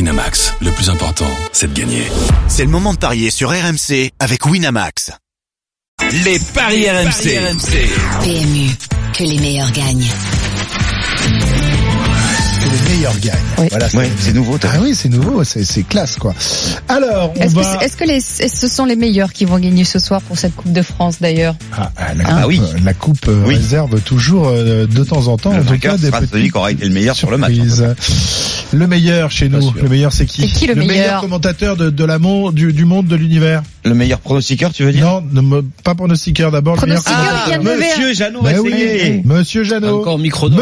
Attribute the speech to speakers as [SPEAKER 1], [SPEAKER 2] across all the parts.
[SPEAKER 1] Winamax, le plus important, c'est de gagner.
[SPEAKER 2] C'est le moment de parier sur RMC avec Winamax.
[SPEAKER 3] Les paris, RMC.
[SPEAKER 4] PMU, que les meilleurs gagnent.
[SPEAKER 5] que les meilleurs gagnent. Voilà, c'est-
[SPEAKER 6] Ouais, c'est nouveau. t'as-
[SPEAKER 5] ah oui, c'est nouveau, c'est c'est classe quoi. Alors, on
[SPEAKER 7] Est-ce que,
[SPEAKER 5] va.
[SPEAKER 7] est-ce que les, est-ce que ce sont les meilleurs qui vont gagner ce soir pour cette Coupe de France d'ailleurs
[SPEAKER 5] Ah, ah, la coupe,
[SPEAKER 6] Ah oui.
[SPEAKER 5] la coupe euh,
[SPEAKER 6] Oui.
[SPEAKER 5] réserve toujours euh, de temps en temps,
[SPEAKER 6] Le
[SPEAKER 5] en tout
[SPEAKER 6] vainqueur
[SPEAKER 5] cas, des
[SPEAKER 6] sera celui
[SPEAKER 5] petites
[SPEAKER 6] qui aura été le meilleur sur le match.
[SPEAKER 5] surprises. Le meilleur chez nous,
[SPEAKER 6] sûr.
[SPEAKER 5] le meilleur c'est qui
[SPEAKER 7] C'est qui le meilleur
[SPEAKER 5] commentateur de, de la mon- du, du monde, de l'univers
[SPEAKER 6] Le meilleur pronostiqueur, tu veux dire
[SPEAKER 5] Non, ne me- pas pronostiqueur d'abord. le meilleur
[SPEAKER 7] Pronostiqueur, il vient de lever.
[SPEAKER 6] Monsieur Jeannot
[SPEAKER 5] Ben
[SPEAKER 6] a
[SPEAKER 5] oui,
[SPEAKER 6] essayé.
[SPEAKER 5] Monsieur Jeannot.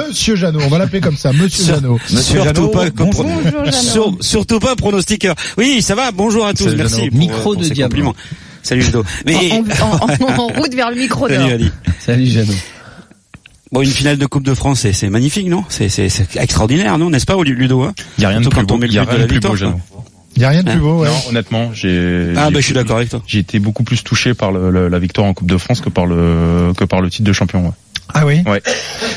[SPEAKER 5] Monsieur Jeannot, on va l'appeler comme ça, Monsieur Jeannot.
[SPEAKER 6] Monsieur Jeannot, bonjour.
[SPEAKER 7] Bonjour Jeannot.
[SPEAKER 8] Sur- surtout pas pronostiqueur. Oui, ça va. Bonjour à tous.
[SPEAKER 6] Salut,
[SPEAKER 8] Merci.
[SPEAKER 6] Jeannot.
[SPEAKER 8] Pour, euh,
[SPEAKER 9] Micro
[SPEAKER 8] pour
[SPEAKER 9] de
[SPEAKER 8] ces
[SPEAKER 9] diable.
[SPEAKER 8] compliments. Salut Ludo.
[SPEAKER 7] En,
[SPEAKER 8] Mais
[SPEAKER 7] en- en- en route vers le micro
[SPEAKER 8] salut
[SPEAKER 7] d'or.
[SPEAKER 8] Ali.
[SPEAKER 9] Salut Jeannot.
[SPEAKER 8] Bon, une finale de Coupe de France, c'est- c'est magnifique, non C'est c'est- c'est extraordinaire, non N'est-ce pas, Ludo hein
[SPEAKER 6] Il y a rien de
[SPEAKER 8] Surtout
[SPEAKER 6] plus
[SPEAKER 8] quand on
[SPEAKER 6] beau.
[SPEAKER 8] met le
[SPEAKER 6] Y a
[SPEAKER 8] but de
[SPEAKER 6] rien
[SPEAKER 8] la
[SPEAKER 6] de plus beau,
[SPEAKER 8] victoire,
[SPEAKER 6] Jeannot.
[SPEAKER 5] Il y a rien de plus beau. ouais.
[SPEAKER 10] Non, honnêtement, j'ai.
[SPEAKER 8] Ah
[SPEAKER 10] j'ai-
[SPEAKER 8] bah je suis d'accord avec toi.
[SPEAKER 10] J'ai été beaucoup plus touché par le- le- la victoire en Coupe de France que par le que par le titre de champion. ouais.
[SPEAKER 5] Ah oui.
[SPEAKER 10] Ouais.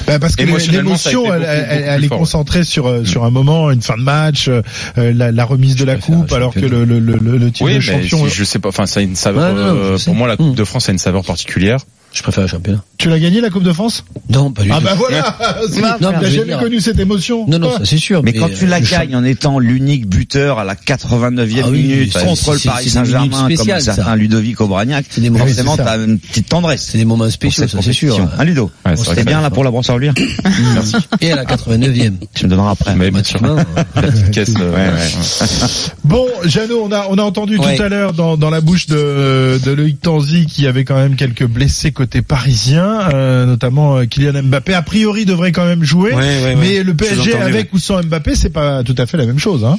[SPEAKER 5] Bah, parce que
[SPEAKER 10] Émotionnellement,
[SPEAKER 5] l'émotion,
[SPEAKER 10] ça a
[SPEAKER 5] elle,
[SPEAKER 10] été beaucoup,
[SPEAKER 5] elle-
[SPEAKER 10] beaucoup
[SPEAKER 5] elle
[SPEAKER 10] plus
[SPEAKER 5] est
[SPEAKER 10] fort. Mm.
[SPEAKER 5] concentrée sur euh, sur un moment, une fin de match, euh, la, la remise de la
[SPEAKER 9] préfère
[SPEAKER 5] coupe,
[SPEAKER 9] le
[SPEAKER 5] alors que le
[SPEAKER 9] championnat.
[SPEAKER 5] le le, le- le titre
[SPEAKER 10] Oui,
[SPEAKER 5] de
[SPEAKER 10] mais
[SPEAKER 5] champion. euh,
[SPEAKER 10] si- je sais pas. Enfin, ça a une saveur.
[SPEAKER 9] Ouais, non, non,
[SPEAKER 10] euh,
[SPEAKER 9] je sais.
[SPEAKER 10] pour moi, la Coupe
[SPEAKER 9] Mm.
[SPEAKER 10] de France a une saveur particulière.
[SPEAKER 9] Je préfère le championnat.
[SPEAKER 5] Tu l'as gagné la Coupe de France
[SPEAKER 9] Non, pas du
[SPEAKER 5] Ah
[SPEAKER 9] tout.
[SPEAKER 5] bah voilà. C'est-
[SPEAKER 7] Non,
[SPEAKER 9] mais je
[SPEAKER 5] T'as
[SPEAKER 9] veux
[SPEAKER 5] jamais
[SPEAKER 9] dire-
[SPEAKER 5] connu cette émotion
[SPEAKER 9] Non, non,
[SPEAKER 5] Ah.
[SPEAKER 9] ça c'est sûr.
[SPEAKER 6] Mais quand tu la
[SPEAKER 9] euh, le
[SPEAKER 6] gagnes en étant l'unique buteur à la 89e
[SPEAKER 9] Ah oui,
[SPEAKER 6] minute
[SPEAKER 9] c'est-
[SPEAKER 6] contre le
[SPEAKER 9] c'est-
[SPEAKER 6] Paris
[SPEAKER 9] c'est des minutes
[SPEAKER 6] Saint-Germain, comme un
[SPEAKER 9] spéciales, ça.
[SPEAKER 6] certain Ludovic Aubragnac,
[SPEAKER 9] C'est des moments-
[SPEAKER 6] forcément,
[SPEAKER 5] Oui, c'est ça.
[SPEAKER 6] t'as une petite
[SPEAKER 9] champ-
[SPEAKER 6] tendresse.
[SPEAKER 9] C'est des moments
[SPEAKER 6] pour
[SPEAKER 9] spéciaux,
[SPEAKER 6] cette
[SPEAKER 9] ça c'est sûr.
[SPEAKER 6] compétition. Hein, Ludo
[SPEAKER 10] Ouais, c'est vrai
[SPEAKER 6] C'était
[SPEAKER 10] que
[SPEAKER 6] bien
[SPEAKER 10] ça-
[SPEAKER 6] là pour la brosse à orlure
[SPEAKER 10] Merci.
[SPEAKER 9] Et à la 89e.
[SPEAKER 6] Tu me donneras après.
[SPEAKER 10] Mais bien sûr.
[SPEAKER 9] Automatiquement, euh,
[SPEAKER 10] La petite caisse. euh, ouais, ouais.
[SPEAKER 5] Bon, Jeannot, on a, on a entendu
[SPEAKER 8] Ouais.
[SPEAKER 5] tout à l'heure dans, dans la bouche de, de Loïc Tanzi qu'il y avait quand même quelques blessés côté parisien, euh, notamment euh, Kylian Mbappé. A priori, devrait quand même jouer.
[SPEAKER 8] Ouais, ouais, ouais.
[SPEAKER 5] Mais le
[SPEAKER 8] Je
[SPEAKER 5] PSG
[SPEAKER 8] l'entendais,
[SPEAKER 5] avec ou sans Mbappé, c'est pas tout à fait la même chose. Hein.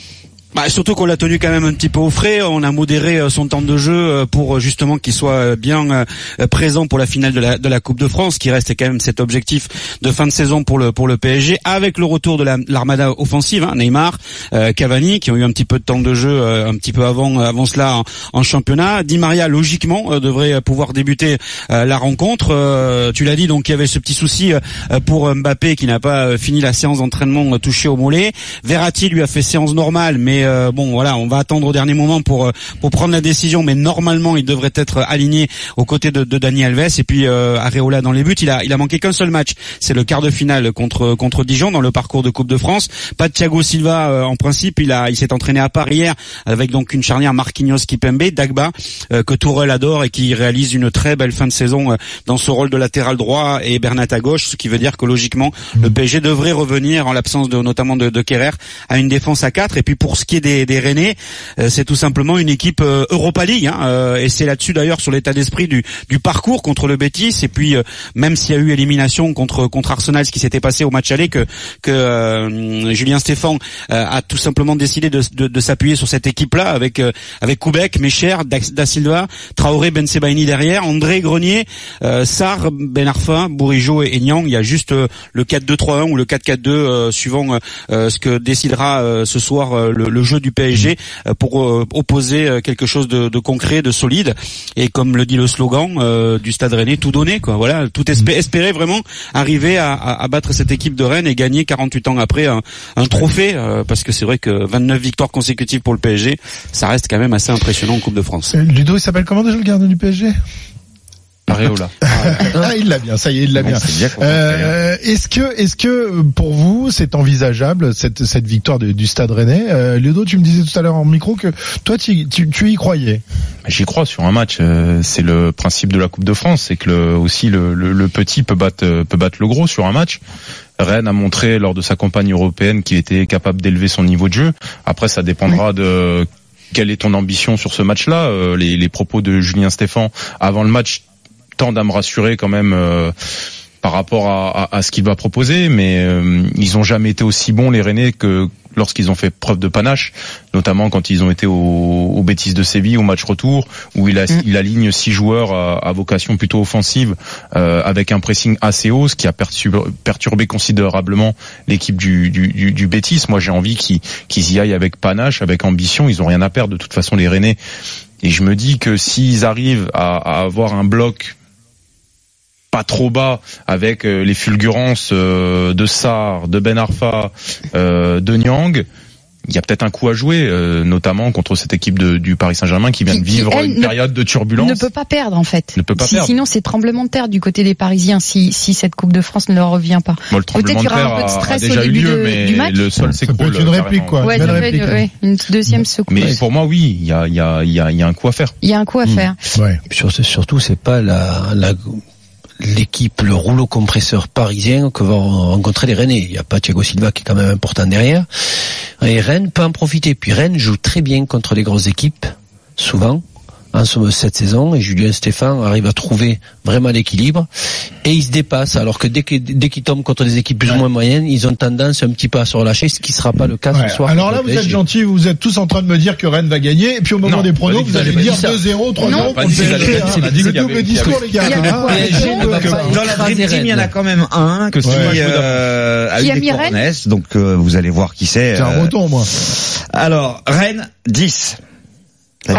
[SPEAKER 8] Bah, surtout qu'on l'a tenu quand même un petit peu au frais, on a modéré euh, son temps de jeu euh, pour euh, justement qu'il soit euh, bien euh, présent pour la finale de la, de la Coupe de France, qui reste quand même cet objectif de fin de saison pour le pour le PSG, avec le retour de la- l'armada offensive, hein, Neymar, euh, Cavani, qui ont eu un petit peu de temps de jeu euh, un petit peu avant euh, avant cela en, en championnat. Di Maria, logiquement, euh, devrait euh, pouvoir débuter euh, la rencontre. Euh, tu l'as dit, donc il y avait ce petit souci euh, euh, pour Mbappé qui n'a pas euh, fini la séance d'entraînement euh, touché au mollet. Verratti lui a fait séance normale, mais euh, bon voilà, on va attendre au dernier moment pour euh, pour prendre la décision. Mais normalement, il devrait être aligné aux côtés de, de Dani Alves et puis euh, Areola dans les buts. Il a il a manqué qu'un seul match, c'est le quart de finale contre contre Dijon dans le parcours de Coupe de France. Pas de Thiago Silva euh, en principe. Il a il s'est entraîné à Paris hier avec donc une charnière Marquinhos, Kipembe, Dagba euh, que Tourelle adore et qui réalise une très belle fin de saison euh, dans ce rôle de latéral droit et Bernat à gauche, ce qui veut dire que logiquement le PSG devrait revenir en l'absence de notamment de, de Kerrer à une défense à 4 et puis pour ce qui est des, des Rennais euh, c'est tout simplement une équipe euh, Europa League hein, euh, et c'est là-dessus d'ailleurs sur l'état d'esprit du, du parcours contre le Betis et puis euh, même s'il y a eu élimination contre contre Arsenal ce qui s'était passé au match aller que que euh, Julien Stéphane euh, a tout simplement décidé de, de- de s'appuyer sur cette équipe-là avec euh, avec Koubek, Mecher, Da, Da Silva, Traoré, Ben Sebaini derrière, André Grenier, euh, Sar, Ben Arfa, Bourigeau et, et Niang. Il y a juste euh, le 4-2-3-1 ou le 4-4-2 euh, suivant euh, euh, ce que décidera euh, ce soir euh, le, le jeu du PSG euh, pour euh, opposer euh, quelque chose de, de concret, de solide. Et comme le dit le slogan euh, du Stade Rennais, tout donner quoi. Voilà, tout espé- espérer vraiment arriver à, à- à battre cette équipe de Rennes et gagner 48 ans après un, un trophée euh, parce que c'est vrai que 29 victoires consécutives pour le PSG, ça reste quand même assez impressionnant en Coupe de France.
[SPEAKER 5] Euh, Ludo, il s'appelle comment déjà le gardien du PSG
[SPEAKER 10] Areola.
[SPEAKER 5] Ah, il l'a bien. Ça y est, il l'a
[SPEAKER 6] Ouais,
[SPEAKER 5] bien.
[SPEAKER 6] c'est bien qu'on
[SPEAKER 5] Euh, est-ce que, est-ce que euh, pour vous, c'est envisageable cette cette victoire de- du Stade Rennais euh, Ludo, tu me disais tout à l'heure en micro que toi, tu, y- tu, tu y croyais.
[SPEAKER 10] J'y crois sur un match. euh, C'est le principe de la Coupe de France, c'est que le, aussi le, le- le petit peut battre euh, peut battre le gros sur un match. Rennes a montré lors de sa campagne européenne qu'il était capable d'élever son niveau de jeu. Après, ça dépendra de quelle est ton ambition sur ce match-là. Euh, Les, les propos de Julien Stéphan avant le match tendent à me rassurer quand même. euh, par rapport à, à- à ce qu'il va proposer, mais euh, ils ont jamais été aussi bons les Rennais que lorsqu'ils ont fait preuve de panache, notamment quand ils ont été au, au Bétis de Séville au match retour, où il, a- il aligne six joueurs à, à vocation plutôt offensive euh, avec un pressing assez haut, ce qui a perturbé, perturbé considérablement l'équipe du, du, du, du Bétis. Moi, j'ai envie qu'ils qu'ils y aillent avec panache, avec ambition. Ils ont rien à perdre de toute façon les Rennais. Et je me dis que s'ils arrivent à, à avoir un bloc pas trop bas avec euh, les fulgurances euh, de Sar, de Ben Arfa, euh, de Nyang, il y a peut-être un coup à jouer, euh, notamment contre cette équipe de, du Paris Saint-Germain qui vient
[SPEAKER 7] Qui-
[SPEAKER 10] de
[SPEAKER 7] qui,
[SPEAKER 10] vivre
[SPEAKER 7] elle,
[SPEAKER 10] une
[SPEAKER 7] ne-
[SPEAKER 10] période de turbulence.
[SPEAKER 7] Ne peut pas perdre en fait.
[SPEAKER 10] Ne peut pas
[SPEAKER 7] Si-
[SPEAKER 10] perdre.
[SPEAKER 7] Sinon, c'est tremblement de terre du côté des Parisiens si, si cette Coupe de France ne leur revient pas.
[SPEAKER 10] Bon, le
[SPEAKER 7] Peut-être
[SPEAKER 10] tremblement
[SPEAKER 7] il y
[SPEAKER 10] de
[SPEAKER 7] aura
[SPEAKER 10] terre
[SPEAKER 7] un peu de
[SPEAKER 10] a- a
[SPEAKER 7] stress au
[SPEAKER 10] déjà eu
[SPEAKER 7] début
[SPEAKER 10] lieu,
[SPEAKER 7] de- du
[SPEAKER 10] mais
[SPEAKER 7] match.
[SPEAKER 10] le sol s'écroule.
[SPEAKER 5] être une
[SPEAKER 10] carrément.
[SPEAKER 5] réplique, quoi.
[SPEAKER 7] Ouais,
[SPEAKER 5] Belle
[SPEAKER 7] ça peut
[SPEAKER 5] réplique,
[SPEAKER 7] être-
[SPEAKER 5] hein.
[SPEAKER 7] ouais, une deuxième secousse.
[SPEAKER 10] Mais pour moi, oui, il y a, il y, a, il y, a, il y a un coup à faire.
[SPEAKER 7] Il y a un coup à
[SPEAKER 9] Mm.
[SPEAKER 7] faire.
[SPEAKER 5] Ouais.
[SPEAKER 9] Sur- Surtout, c'est pas la, la- l'équipe, le rouleau compresseur parisien que vont rencontrer les Rennais. Il n'y a pas Thiago Silva qui est quand même important derrière. Et Rennes peut en profiter. Puis Rennes joue très bien contre les grosses équipes, souvent. En ce- cette saison, et Julien Stéphane arrive à trouver vraiment l'équilibre, et il se dépasse, alors que dès que- dès qu'ils tombent contre des équipes plus ou moins moyennes, ils ont tendance un petit peu à se relâcher, ce qui sera pas le cas
[SPEAKER 5] Ouais.
[SPEAKER 9] ce soir.
[SPEAKER 5] Alors
[SPEAKER 9] contre
[SPEAKER 5] là,
[SPEAKER 9] le
[SPEAKER 5] vous êtes
[SPEAKER 9] PSG.
[SPEAKER 5] gentils, vous êtes tous en train de me dire que Rennes va gagner, et puis au moment
[SPEAKER 10] Non,
[SPEAKER 5] des
[SPEAKER 10] pas
[SPEAKER 5] pronos,
[SPEAKER 10] dit
[SPEAKER 5] vous
[SPEAKER 10] que
[SPEAKER 5] allez
[SPEAKER 10] j'avais
[SPEAKER 5] dire
[SPEAKER 9] dit ça.
[SPEAKER 5] 2-0, 3-0
[SPEAKER 7] Non,
[SPEAKER 5] contre
[SPEAKER 10] pas dit que j'allais
[SPEAKER 5] PSG.
[SPEAKER 10] dire ça, on a dit
[SPEAKER 5] C'est
[SPEAKER 10] qu'il y
[SPEAKER 5] le
[SPEAKER 10] avait-
[SPEAKER 5] double
[SPEAKER 10] il y avait-
[SPEAKER 5] discours, les gars.
[SPEAKER 7] Il y avait
[SPEAKER 5] hein.
[SPEAKER 7] quoi
[SPEAKER 9] PSG ne va
[SPEAKER 5] Donc,
[SPEAKER 9] pas
[SPEAKER 5] euh,
[SPEAKER 6] Dans la
[SPEAKER 9] écraser
[SPEAKER 6] Dream Team,
[SPEAKER 9] Rennes.
[SPEAKER 6] il y en a quand même un
[SPEAKER 10] Que
[SPEAKER 6] qui
[SPEAKER 10] c'est le match
[SPEAKER 6] euh, a
[SPEAKER 7] Qui
[SPEAKER 6] eu
[SPEAKER 7] a
[SPEAKER 6] des
[SPEAKER 7] mis Rennes
[SPEAKER 6] cornets, donc euh, vous allez voir qui c'est.
[SPEAKER 5] J'ai un
[SPEAKER 6] euh,
[SPEAKER 5] retour, moi.
[SPEAKER 6] Alors, Rennes 10. La,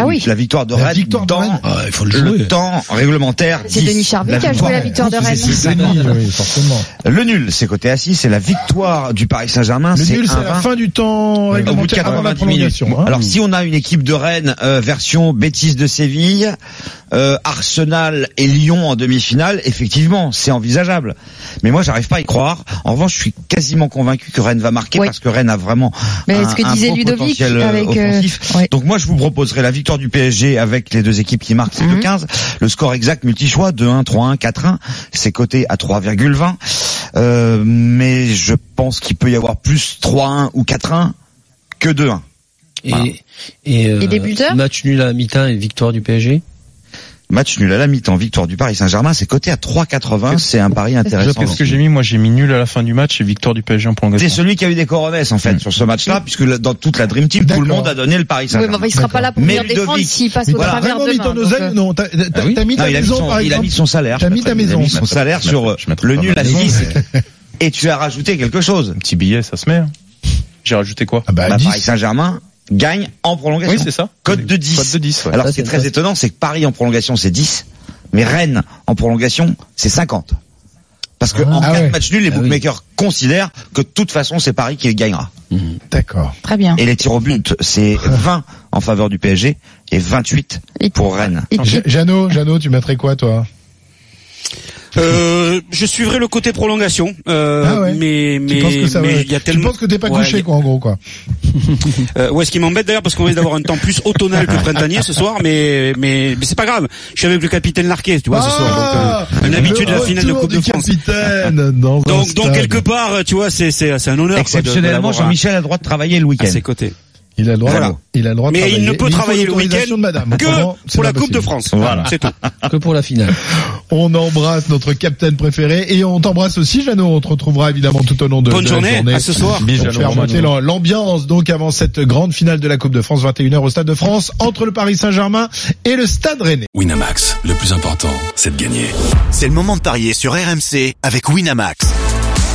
[SPEAKER 7] Ah
[SPEAKER 6] vi-
[SPEAKER 7] oui.
[SPEAKER 6] la victoire de
[SPEAKER 5] La
[SPEAKER 6] Rennes
[SPEAKER 5] victoire de
[SPEAKER 6] dans
[SPEAKER 5] Rennes.
[SPEAKER 9] Ah, il faut le jouer.
[SPEAKER 6] le temps réglementaire.
[SPEAKER 7] C'est
[SPEAKER 6] 10.
[SPEAKER 7] Denis Charvet
[SPEAKER 6] La
[SPEAKER 7] qui a joué
[SPEAKER 6] victoire.
[SPEAKER 7] la victoire de
[SPEAKER 5] C'est-
[SPEAKER 7] Rennes.
[SPEAKER 5] c'est- c'est Denis, oui, forcément.
[SPEAKER 6] Le nul, c'est côté assis, c'est la victoire du Paris Saint-Germain.
[SPEAKER 5] Le nul, c'est la
[SPEAKER 6] 1-20.
[SPEAKER 5] fin du temps
[SPEAKER 6] Au bout de
[SPEAKER 5] réglementaire avant la
[SPEAKER 6] 90 minutes.
[SPEAKER 5] prolongation. hein.
[SPEAKER 6] Alors si on a une équipe de Rennes euh, version Bétis de Séville, euh, Arsenal et Lyon en demi-finale, effectivement, c'est envisageable. Mais moi, j'arrive pas à y croire. En revanche, je suis quasiment convaincu que Rennes va marquer
[SPEAKER 7] Oui.
[SPEAKER 6] parce que Rennes a vraiment
[SPEAKER 7] Mais
[SPEAKER 6] un,
[SPEAKER 7] ce que
[SPEAKER 6] un
[SPEAKER 7] disait
[SPEAKER 6] beau
[SPEAKER 7] Ludovic
[SPEAKER 6] potentiel, euh,
[SPEAKER 7] avec euh,
[SPEAKER 6] offensif.
[SPEAKER 7] ouais.
[SPEAKER 6] Donc moi, je vous proposerai la victoire du PSG avec les deux équipes qui marquent, c'est
[SPEAKER 7] Mhm.
[SPEAKER 6] 2-15. Le score exact multi-choix, 2-1, 3-1, 4-1. C'est coté à 3,20. Euh, mais je pense qu'il peut y avoir plus 3-1 ou 4-1 que 2-1.
[SPEAKER 9] Et,
[SPEAKER 6] Voilà.
[SPEAKER 9] et, euh,
[SPEAKER 7] Et des buteurs
[SPEAKER 9] match nul à la mi-temps et victoire du PSG.
[SPEAKER 6] Match nul à la mi-temps, victoire du Paris Saint-Germain, c'est coté à 3,80, c'est un pari intéressant.
[SPEAKER 10] Qu'est-ce que j'ai mis Moi, j'ai mis nul à la fin du match et victoire du PSG en
[SPEAKER 6] C'est
[SPEAKER 10] prolongation.
[SPEAKER 6] celui qui a eu des coronets en fait sur ce match-là, puisque le- dans toute la Dream Team, tout
[SPEAKER 5] Hmm. D'accord.
[SPEAKER 6] le monde a donné le
[SPEAKER 7] Oui,
[SPEAKER 6] Paris
[SPEAKER 7] mais
[SPEAKER 6] Saint-Germain.
[SPEAKER 7] enfin, il sera bah, pas là pour
[SPEAKER 6] Mais
[SPEAKER 7] venir défendre
[SPEAKER 6] Ludovic,
[SPEAKER 7] s'il passe au
[SPEAKER 6] voilà.
[SPEAKER 7] travers
[SPEAKER 5] Vraiment mis
[SPEAKER 7] demain.
[SPEAKER 5] ton
[SPEAKER 7] donc,
[SPEAKER 5] oseille
[SPEAKER 7] euh,
[SPEAKER 5] Non, t'as t'as-
[SPEAKER 10] Ah oui.
[SPEAKER 5] t'as mis
[SPEAKER 6] Non,
[SPEAKER 5] ta
[SPEAKER 6] il, a mis
[SPEAKER 5] maison,
[SPEAKER 6] son,
[SPEAKER 5] par
[SPEAKER 6] il a
[SPEAKER 5] exemple.
[SPEAKER 6] mis son salaire.
[SPEAKER 5] T'as mis ta
[SPEAKER 6] Il a
[SPEAKER 5] maison.
[SPEAKER 6] mis son salaire
[SPEAKER 10] Je mettrai-
[SPEAKER 6] sur
[SPEAKER 10] je mettrai
[SPEAKER 6] le
[SPEAKER 10] pas
[SPEAKER 6] nul
[SPEAKER 10] ma
[SPEAKER 6] à
[SPEAKER 10] maison,
[SPEAKER 6] 10.
[SPEAKER 10] mais
[SPEAKER 6] Et tu as rajouté quelque chose.
[SPEAKER 10] Un petit billet, ça se met. hein. J'ai rajouté quoi
[SPEAKER 5] Ah bah,
[SPEAKER 6] Bah,
[SPEAKER 5] 10.
[SPEAKER 6] Paris Saint-Germain gagne en prolongation.
[SPEAKER 10] Oui, c'est ça.
[SPEAKER 6] Cote de 10.
[SPEAKER 10] Cote de 10, ouais.
[SPEAKER 6] Alors,
[SPEAKER 9] Ça,
[SPEAKER 6] ce qui est
[SPEAKER 9] c'est
[SPEAKER 6] très
[SPEAKER 9] ça.
[SPEAKER 6] étonnant, c'est que Paris en prolongation, c'est 10, mais Rennes en prolongation, c'est 50. Parce que en
[SPEAKER 5] Ah
[SPEAKER 6] cas de
[SPEAKER 5] ouais.
[SPEAKER 6] match nul, les
[SPEAKER 9] Ah oui.
[SPEAKER 6] bookmakers considèrent que de toute façon, c'est Paris qui gagnera.
[SPEAKER 5] D'accord.
[SPEAKER 7] Très bien.
[SPEAKER 6] Et les tirs au but, c'est
[SPEAKER 9] Ah
[SPEAKER 6] 20 en faveur du PSG et 28
[SPEAKER 7] Et-
[SPEAKER 6] pour Rennes.
[SPEAKER 7] Et puis,
[SPEAKER 5] Ja- Jeannot, Jeannot, tu mettrais quoi, toi
[SPEAKER 8] Euh, je suivrai le côté prolongation, euh,
[SPEAKER 5] Ah ouais.
[SPEAKER 8] mais
[SPEAKER 5] Tu
[SPEAKER 8] mais
[SPEAKER 5] penses que ça va
[SPEAKER 8] mais il y a
[SPEAKER 5] Tu
[SPEAKER 8] tellement.
[SPEAKER 5] penses que t'es pas
[SPEAKER 8] Ouais,
[SPEAKER 5] couché, quoi, en gros, quoi.
[SPEAKER 8] Euh, ouais, ce qui m'embête d'ailleurs parce qu'on risque d'avoir un temps plus automnal que printanier ce soir, mais mais, mais c'est pas grave. Je suis avec le capitaine Larquet, tu vois, ce
[SPEAKER 5] Ah
[SPEAKER 8] soir. Donc, euh, une habitude de la finale de Coupe de France.
[SPEAKER 5] dans
[SPEAKER 8] Donc donc quelque part, euh, tu vois, c'est c'est c'est un honneur. quoi, de- de
[SPEAKER 6] Exceptionnellement,
[SPEAKER 8] l'avoir à-
[SPEAKER 6] Jean-Michel a le droit de travailler le
[SPEAKER 8] à
[SPEAKER 6] week-end.
[SPEAKER 8] ses côtés.
[SPEAKER 5] Il a le droit.
[SPEAKER 8] Voilà.
[SPEAKER 5] Il a le droit. de
[SPEAKER 8] Mais il
[SPEAKER 5] travailler.
[SPEAKER 8] ne peut
[SPEAKER 5] faut
[SPEAKER 8] travailler le
[SPEAKER 5] l'autorisation
[SPEAKER 8] week-end
[SPEAKER 5] de madame. Autrement,
[SPEAKER 8] Que
[SPEAKER 5] Ah, c'est
[SPEAKER 8] pour la
[SPEAKER 5] pas
[SPEAKER 8] Coupe de
[SPEAKER 5] possible.
[SPEAKER 8] France.
[SPEAKER 6] Voilà.
[SPEAKER 8] c'est tout.
[SPEAKER 9] Que pour la finale.
[SPEAKER 5] On embrasse notre capitaine préféré et on t'embrasse aussi, Jeannot. On te retrouvera évidemment tout au long de
[SPEAKER 8] Bonne
[SPEAKER 5] de
[SPEAKER 8] journée,
[SPEAKER 5] la journée.
[SPEAKER 8] à ce soir.
[SPEAKER 10] Bis,
[SPEAKER 5] Pour
[SPEAKER 10] Jeannot
[SPEAKER 5] faire
[SPEAKER 10] Roman.
[SPEAKER 5] monter l'am- l'ambiance donc avant cette grande finale de la Coupe de France 21h au Stade de France entre le Paris Saint-Germain et le Stade Rennais.
[SPEAKER 1] Winamax, le plus important, c'est de gagner.
[SPEAKER 2] C'est le moment de parier sur RMC avec Winamax.